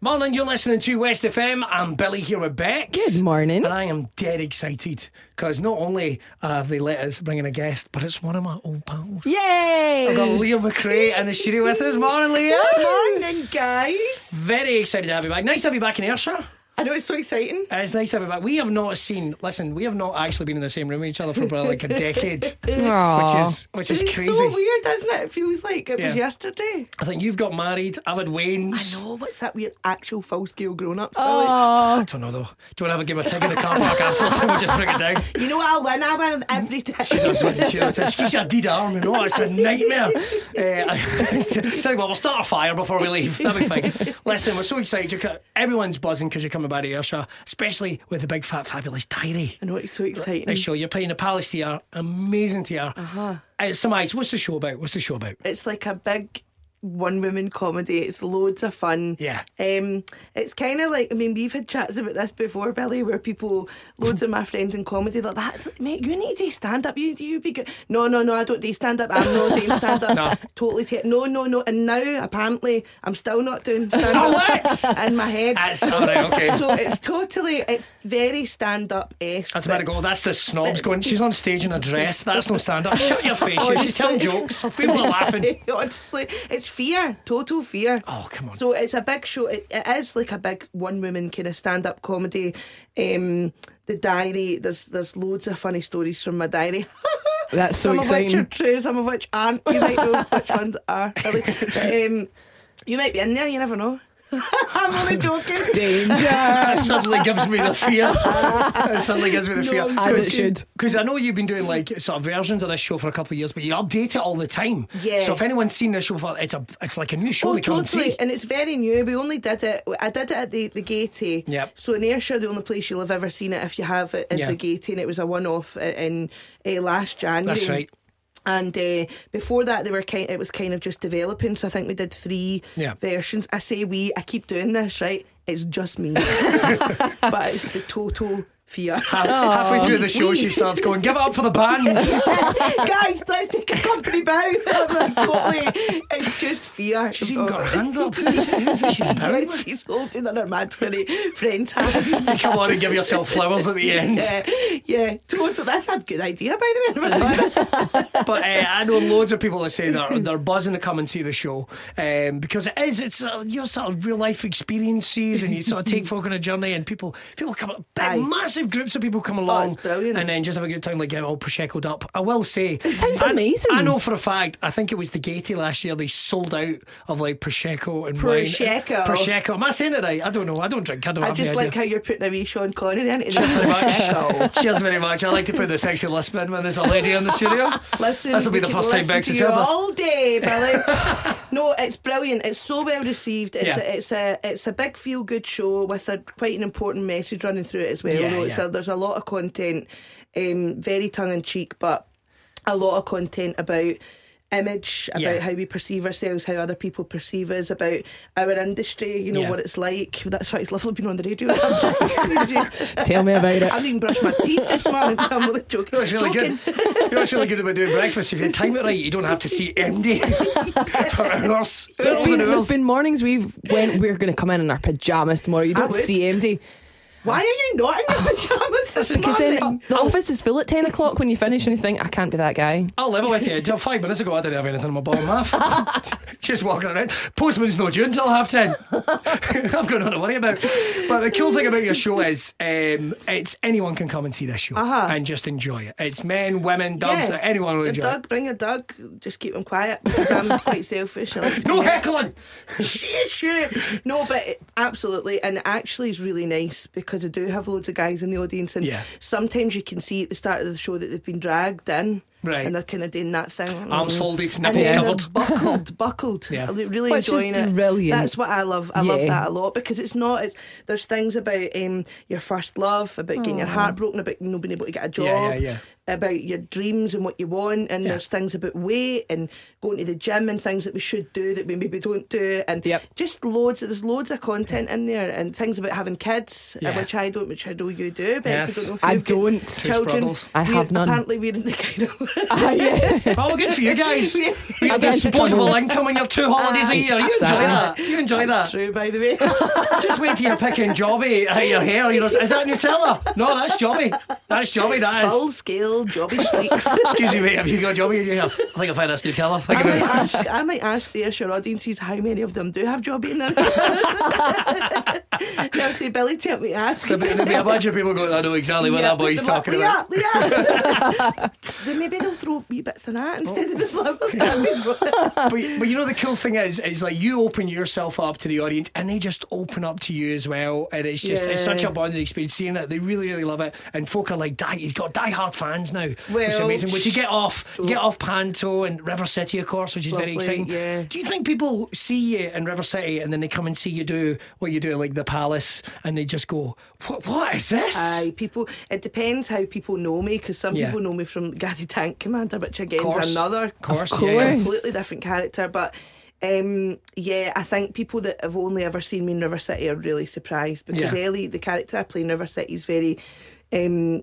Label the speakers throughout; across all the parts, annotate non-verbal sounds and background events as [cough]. Speaker 1: Morning, you're listening to West FM. I'm Billy here with Bex.
Speaker 2: Good morning.
Speaker 1: And I am dead excited because not only uh, have they let us bring in a guest, but it's one of my old pals. We've got
Speaker 2: Yay!
Speaker 1: Leah McRae in the studio with us. Morning, Leah.
Speaker 3: Morning, guys.
Speaker 1: Very excited to have you back. Nice to have you back in Ayrshire.
Speaker 3: I know it's so exciting.
Speaker 1: Uh, It's nice to have you back. We have not seen, listen, we have not actually been in the same room with each other for about like a decade, which
Speaker 2: Aw.
Speaker 1: is which is
Speaker 3: it's
Speaker 1: crazy.
Speaker 3: so weird, isn't it? It feels like it was
Speaker 1: Yeah.
Speaker 3: yesterday.
Speaker 1: I think you've got married. I've had Wayne's.
Speaker 3: No, what's that weird actual full scale grown up?
Speaker 1: I don't know though. Do you want to have a game of tag in the car park afterwards and we'll just bring it down?
Speaker 3: You know what? I win. I win every time.
Speaker 1: She does win. She does. She gives you a deed of arm and all. It's a nightmare. [laughs] Uh, tell you what, we'll start a fire before we leave. That'll be fine. Listen, we're so excited. You're, co- everyone's buzzing because you're coming back to Ayrshire, especially with the big, fat, fabulous diary.
Speaker 3: I know it's so exciting.
Speaker 1: This show, you're playing the Palace Theatre. Amazing theatre. Uh-huh. some eyes. What's the show about? What's the show about?
Speaker 3: It's like a big one woman comedy. It's loads of fun.
Speaker 1: Yeah.
Speaker 3: Um, it's kind of like, I mean, we've had chats about this before, Billy, where people, loads of my friends in comedy, they're like, that, mate, you need to stand up. You, you be good. No, no, no, I don't do stand up. I'm not doing stand up.
Speaker 1: [laughs] No.
Speaker 3: Totally. T- no, no, no. And now, apparently, I'm still
Speaker 1: [laughs]
Speaker 3: not doing stand
Speaker 1: Oh,
Speaker 3: up.
Speaker 1: what?
Speaker 3: in my head.
Speaker 1: That's all right. Okay.
Speaker 3: [laughs] so it's totally, it's very stand up esque.
Speaker 1: That's about to go. That's the snobs going. She's on stage in a dress. That's no stand up. Shut your face. you. She's telling jokes. People are laughing.
Speaker 3: [laughs] Honestly, it's fear, total fear.
Speaker 1: Oh, come on.
Speaker 3: So it's a big show. It, it is like a big one woman kind of stand up comedy. Um, the diary. There's there's loads of funny stories from my
Speaker 1: [laughs]
Speaker 3: diary.
Speaker 2: That's so
Speaker 3: some
Speaker 2: exciting.
Speaker 3: of which are true, some of which aren't. You might know which ones are. Really. But, um, you might be in there. You never know. [laughs] I'm
Speaker 1: [laughs]
Speaker 3: only joking.
Speaker 2: Danger.
Speaker 1: That [laughs] suddenly gives me the fear. That suddenly gives me the fear.
Speaker 3: No,
Speaker 2: As it should.
Speaker 1: Because I know you've been doing like sort of versions of this show for a couple of years, but you update it all the time.
Speaker 3: Yeah.
Speaker 1: So if anyone's seen this show, for, it's a it's like a new show.
Speaker 3: Oh,
Speaker 1: they come and
Speaker 3: totally.
Speaker 1: see. Uh,
Speaker 3: And it's very new. We only did it. I did it at the the Gaiety.
Speaker 1: Yep.
Speaker 3: So in Ayrshire, the only place you'll have ever seen it, if you have it, is
Speaker 1: Yeah.
Speaker 3: the Gaiety, and it was a one-off in, in uh, last January.
Speaker 1: That's right.
Speaker 3: And uh, before that, they were kind. It was kind of just developing. So I think we did three
Speaker 1: Yeah.
Speaker 3: versions. I say we. I keep doing this, right? It's
Speaker 1: [laughs]
Speaker 3: just me, but it's the total fear.
Speaker 1: Half- halfway through the show,
Speaker 3: We- [laughs]
Speaker 1: she starts going, "Give it up for the band."
Speaker 3: Guys, let's take a company bow. [laughs] I'm totally, it's just fear. Oh.
Speaker 1: She's even got her hands up. she's bowing
Speaker 3: [laughs] Yeah,
Speaker 1: with?
Speaker 3: she's holding on her imaginary
Speaker 1: [laughs]
Speaker 3: friend's hand.
Speaker 1: Come on and give yourself flowers at the end.
Speaker 3: Yeah, yeah. Total, that's a good idea, by the way.
Speaker 1: But uh, I know loads of people that say they're, they're buzzing to come and see the show um, because it is it's uh, your sort of real life experiences and you sort of take folk on a journey and people people come up big
Speaker 3: Aye. Oh,
Speaker 1: massive groups of people come along
Speaker 3: it's brilliant.
Speaker 1: and then just have a good time like get all proseccoed up. I will say it
Speaker 2: sounds
Speaker 1: I,
Speaker 2: amazing.
Speaker 1: I know for a fact I think it was the Gaiety last year they sold out of like prosecco and wine.
Speaker 3: Prosecco.
Speaker 1: Prosecco. Am I saying it right? I don't know. I don't drink. I don't.
Speaker 3: I
Speaker 1: have any
Speaker 3: just like
Speaker 1: idea.
Speaker 3: how you're putting a wee Sean Connery into
Speaker 1: Very
Speaker 3: [laughs]
Speaker 1: much.
Speaker 3: the
Speaker 1: [laughs] Cheers very much. I like to put the sexy lisp in when there's a lady in the studio.
Speaker 3: Listen,
Speaker 1: This'll be
Speaker 3: we
Speaker 1: the
Speaker 3: could
Speaker 1: first time
Speaker 3: listen
Speaker 1: Bex
Speaker 3: to
Speaker 1: has
Speaker 3: you
Speaker 1: heard this.
Speaker 3: all day,
Speaker 1: [laughs]
Speaker 3: Billy. no, it's brilliant. It's so well received. It's
Speaker 1: Yeah.
Speaker 3: a, it's a it's a big feel good show with a quite an important message running through it as well.
Speaker 1: Yeah,
Speaker 3: though. It's
Speaker 1: yeah.
Speaker 3: a- there's a lot of content, um, very tongue in cheek, but a lot of content about image, about
Speaker 1: Yeah.
Speaker 3: how we perceive ourselves, how other people perceive us, about our industry. You know
Speaker 1: Yeah.
Speaker 3: what it's like. That's why it's lovely being on the radio. [laughs] Sometimes.
Speaker 2: Tell me about it.
Speaker 3: I didn't even brush my teeth this morning. [laughs] I'm really
Speaker 1: You know
Speaker 3: joking.
Speaker 1: what's really
Speaker 3: joking.
Speaker 1: good? You [laughs] know what's really good about doing breakfast? If you time it right, you don't have to see MD [laughs] for hours.
Speaker 2: There's
Speaker 1: hours
Speaker 2: been,
Speaker 1: and
Speaker 2: there's
Speaker 1: hours.
Speaker 2: been mornings we've went we're going to come in in our pajamas tomorrow. You don't
Speaker 3: would.
Speaker 2: see empty
Speaker 3: Why are you not in your pajamas this
Speaker 2: because
Speaker 3: morning?
Speaker 2: then the office is full at ten o'clock when you finish and you think I can't be that guy.
Speaker 1: I'll level with you. Until five minutes ago, I didn't have anything in my bottom half. [laughs] Just walking around. Postman's not due until half ten. [laughs] I've got nothing to worry about. But the cool thing about your show is um, it's anyone can come and see this show
Speaker 3: Uh-huh.
Speaker 1: and just enjoy it. It's men, women, dogs,
Speaker 3: Yeah.
Speaker 1: anyone will
Speaker 3: a
Speaker 1: enjoy it.
Speaker 3: dog, bring a dog. Just keep him quiet because I'm [laughs] quite selfish. I like to
Speaker 1: No
Speaker 3: be-
Speaker 1: heckling!
Speaker 3: Shit, shit. No, but it, absolutely, and it actually is really nice because I do have loads of guys in the audience, and
Speaker 1: Yeah.
Speaker 3: sometimes you can see at the start of the show that they've been dragged in,
Speaker 1: Right.
Speaker 3: And they're kind of doing that thing,
Speaker 1: Arms folded,
Speaker 3: And
Speaker 1: nipples
Speaker 3: then they're
Speaker 1: covered. [laughs]
Speaker 3: buckled, buckled.
Speaker 1: Yeah.
Speaker 3: I li- really
Speaker 2: Which is
Speaker 3: enjoying it.
Speaker 2: brilliant.
Speaker 3: That's what I love. I love
Speaker 2: Yeah.
Speaker 3: that a lot because it's not. It's there's things about um, your first love, about getting your heart broken, about not being able to get a job,
Speaker 1: Yeah, yeah, yeah.
Speaker 3: about your dreams and what you want, and there's things about weight and going to the gym and things that we should do that we maybe don't do, and
Speaker 2: Yep.
Speaker 3: just loads. Of, there's loads of content in there and things about having kids, uh,
Speaker 1: Yeah.
Speaker 3: which I don't, which I know you do. But
Speaker 1: Yes.
Speaker 3: I don't know if
Speaker 2: I
Speaker 3: you've got
Speaker 2: don't.
Speaker 1: Two
Speaker 3: Children,
Speaker 1: struggles.
Speaker 2: I
Speaker 3: We-
Speaker 2: have none.
Speaker 3: Apparently, we're in the kind of
Speaker 2: Ah, yeah.
Speaker 1: Oh, well, good for you
Speaker 3: [laughs]
Speaker 1: guys. You
Speaker 2: I'll
Speaker 1: get
Speaker 2: get into
Speaker 1: disposable
Speaker 2: trouble.
Speaker 1: income on your two holidays a year. You enjoy
Speaker 2: Sorry.
Speaker 1: that. You [laughs] enjoy
Speaker 3: Ah, That's
Speaker 1: that.
Speaker 3: true, by
Speaker 1: [laughs]
Speaker 3: the way.
Speaker 1: Just wait till you're picking Jobby out of your hair. You're like, is that Nutella? No, that's Jobby. That's Jobby, that is.
Speaker 3: Full scale jobby streaks.
Speaker 1: [laughs] Excuse me, mate, have you got Jobby in your hair? I think I've had this Nutella. I think
Speaker 3: [laughs] I
Speaker 1: I've
Speaker 3: might
Speaker 1: had-
Speaker 3: ask, I might ask the Ayrshire audiences how many of them do have jobby in
Speaker 1: [laughs]
Speaker 3: their Now say, Billy, tell me ask.
Speaker 1: There'll be, there'll be a bunch of people going, I know exactly what that boy's talking about.
Speaker 3: Yeah,
Speaker 1: [laughs]
Speaker 3: yeah. then maybe they'll throw wee bits of that instead
Speaker 1: Oh.
Speaker 3: of the flowers. That'd
Speaker 1: but, but you know the cool thing is is like you open yourself up to the audience and they just open up to you as well and it's just it's such a
Speaker 3: Yeah.
Speaker 1: bonding experience seeing it they really really love it and folk are like die you've got die hard fans now which is
Speaker 3: Well,
Speaker 1: amazing which you get off you get off Panto and River City of course which is very
Speaker 3: Lovely,
Speaker 1: exciting
Speaker 3: yeah.
Speaker 1: do you think people see you in River City and then they come and see you do what you do like the Palace and they just go what, what is this
Speaker 3: Aye, people. It depends how people know me because some
Speaker 1: Yeah.
Speaker 3: people know me from Gaddy Tank Commander, which again
Speaker 1: Course.
Speaker 3: is another
Speaker 1: Of course,
Speaker 2: Of
Speaker 1: yeah, yeah.
Speaker 2: course.
Speaker 3: completely different character. But um, yeah, I think people that have only ever seen me in River City are really surprised because
Speaker 1: Yeah.
Speaker 3: Ellie, the character I play in River City, is very. Um,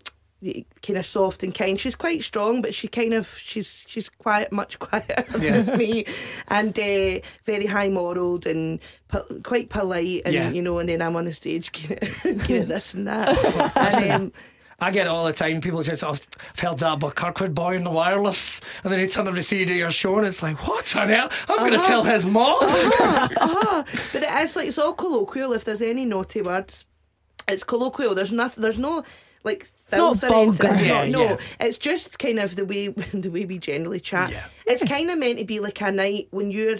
Speaker 3: kind of soft and kind. She's quite strong, but she kind of she's she's quiet, much [laughs] quieter
Speaker 1: Yeah.
Speaker 3: than me, and uh, very high moraled and po- quite polite, and
Speaker 1: Yeah.
Speaker 3: you know. And then I'm on the stage, [laughs] kind of, kind of this
Speaker 1: [laughs]
Speaker 3: and that, and um,
Speaker 1: I get it all the time. People say, oh, I've heard that about Kirkwood Boy on the wireless. And then you turn up to see you do your show, and it's like, what on earth? I'm going to
Speaker 3: Uh-huh.
Speaker 1: tell his mom.
Speaker 3: [laughs] Ah, [laughs] but it is like it's all colloquial. If there's any naughty words, it's colloquial. There's nothing. There's no like
Speaker 2: not
Speaker 3: filth or anything.
Speaker 2: vulgar.
Speaker 3: It's
Speaker 1: Yeah,
Speaker 3: not- no,
Speaker 1: yeah.
Speaker 3: it's just kind of the way [laughs] the way we generally chat.
Speaker 1: Yeah.
Speaker 3: It's kind of meant to be like a night when you're.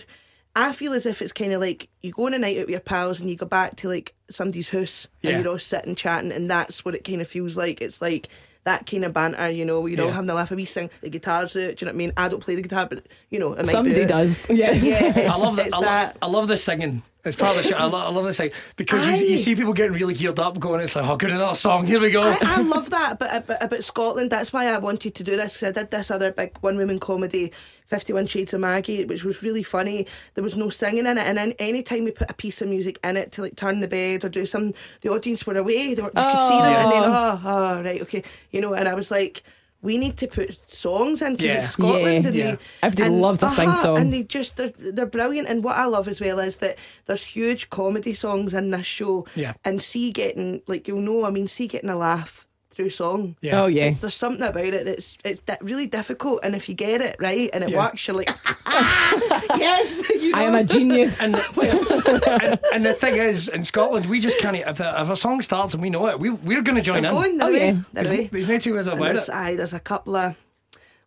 Speaker 3: I feel as if it's kind of like you go on a night out with your pals and you go back to like somebody's house
Speaker 1: Yeah.
Speaker 3: and you're all sitting chatting and that's what it kind of feels like. It's like that kind of banter, you know, where you're all
Speaker 1: Yeah.
Speaker 3: having a laugh. We sing the guitars out. Do you know what I mean? I don't play the guitar, but you know, it might
Speaker 2: [laughs]
Speaker 3: be
Speaker 2: Somebody
Speaker 3: out.
Speaker 2: does. Yeah.
Speaker 3: Yeah, it's-
Speaker 1: I love that.
Speaker 3: it's
Speaker 1: I, love, I love the singing. It's part of the show. I, lo- I love the singing because you, you
Speaker 3: Aye.
Speaker 1: see people getting really geared up, going, it's like, oh, good another song. Here we go.
Speaker 3: I, I love that about, about, about Scotland. That's why I wanted to do this 'cause I did this other big one woman comedy, 51 Shades of Maggie, which was really funny. There was no singing in it. And then any time we put a piece of music in it to like turn the bed or do something, the audience were away. They were, you could see them. And then, oh, oh, right, okay. You know, and I was like, we need to put songs in because
Speaker 1: Yeah.
Speaker 3: it's Scotland.
Speaker 2: Yeah.
Speaker 3: And
Speaker 1: Yeah.
Speaker 3: They,
Speaker 2: Everybody
Speaker 3: and,
Speaker 2: loves a sing
Speaker 3: uh-huh,
Speaker 2: song.
Speaker 3: And they just, they're, they're brilliant. And what I love as well is that there's huge comedy songs in this show.
Speaker 1: Yeah.
Speaker 3: And see getting, like, you'll know, I mean, see getting a laugh through song.
Speaker 1: Yeah.
Speaker 2: Oh yeah.
Speaker 3: It's- there's something about it that's it's di- really difficult, and if you get it right and it
Speaker 1: Yeah.
Speaker 3: works, you're like, [laughs] "Ah, yes, [laughs] you know?
Speaker 2: I am a genius.
Speaker 1: And, and, and the thing is, in Scotland, we just can't. If, the, if a song starts and we know it, we, we're going to join in.
Speaker 3: going the
Speaker 2: Oh,
Speaker 3: way,
Speaker 2: yeah.
Speaker 3: the way.
Speaker 1: There's no two ways
Speaker 3: And
Speaker 1: about it.
Speaker 3: there's, aye, there's a couple of.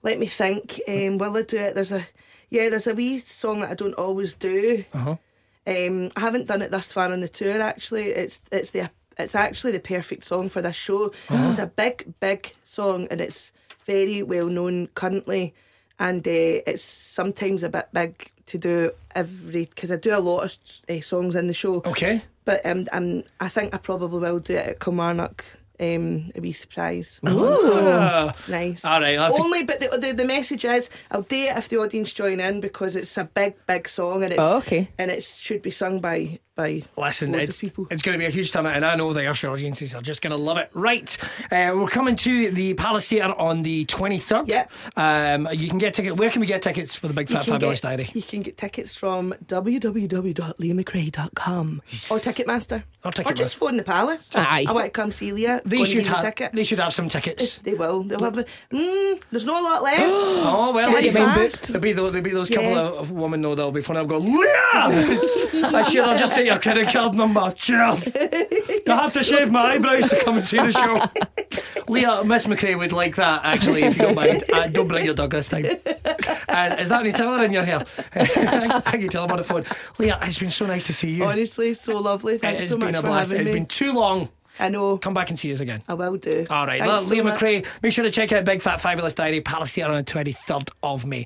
Speaker 3: Let me think. Um, will I do it? There's a yeah. There's a wee song that I don't always do.
Speaker 1: Uh-huh.
Speaker 3: Um, I haven't done it thus far on the tour. Actually, it's it's the it's actually the perfect song for this show. It's a big big song and it's very well known currently, and uh, it's sometimes a bit big to do every because I do a lot of uh, songs in the show.
Speaker 1: Okay.
Speaker 3: But um, um, I think I probably will do it at Kilmarnock. Um, a wee surprise.
Speaker 1: Ah.
Speaker 3: It's nice.
Speaker 1: All right, I'll have to-
Speaker 3: Only, but the, the the message is, I'll do it if the audience join in because it's a big, big song and it's
Speaker 2: Oh, okay.
Speaker 3: and it should be sung by by
Speaker 1: Listen,
Speaker 3: loads
Speaker 1: it's,
Speaker 3: of people.
Speaker 1: it's going to be a huge turnout, and I know the Irish audiences are just going to love it. Right, uh, we're coming to the Palace Theatre on the 23rd.
Speaker 3: Yep.
Speaker 1: Um, you can get tickets. Where can we get tickets for the Big
Speaker 3: You
Speaker 1: Fat
Speaker 3: can
Speaker 1: Fabulous
Speaker 3: get-
Speaker 1: Diary?
Speaker 3: You can get tickets from www.leamcrae.com or Ticketmaster.
Speaker 1: Or
Speaker 3: just phone the palace.
Speaker 2: Aye.
Speaker 3: I want to come see Leah. Go
Speaker 1: They
Speaker 3: and
Speaker 1: should
Speaker 3: give you a
Speaker 1: have.
Speaker 3: ticket.
Speaker 1: They should have some tickets.
Speaker 3: They will. They'll have. the- Mm, there's not a lot left.
Speaker 1: [gasps] Oh well,
Speaker 3: Get
Speaker 1: they
Speaker 3: it fast.
Speaker 1: There'll be those, there'll be those
Speaker 3: Yeah.
Speaker 1: couple of, of women though. They'll be funny. I'll go. "Leah!" I should. I'll just take your credit card number. Cheers. I have to shave my eyebrows to come and see the show. Leah, Miss McRae would like that actually, if you don't mind. Uh, don't bring your dog this time. And is that any teller in your hair? [laughs] I can tell him on the phone. Leah, it's been so nice to see you.
Speaker 3: Honestly, so lovely.
Speaker 1: it
Speaker 3: Thanks
Speaker 1: has
Speaker 3: Oh, so much
Speaker 1: been a
Speaker 3: for
Speaker 1: blast.
Speaker 3: having
Speaker 1: It's
Speaker 3: me.
Speaker 1: been too long.
Speaker 3: I know.
Speaker 1: Come back and see us again.
Speaker 3: I will do.
Speaker 1: All right,
Speaker 3: Thanks
Speaker 1: Leah
Speaker 3: so much.
Speaker 1: McRae, make sure to check out Big Fat Fabulous Diary, Palace Theatre on the 23rd of May.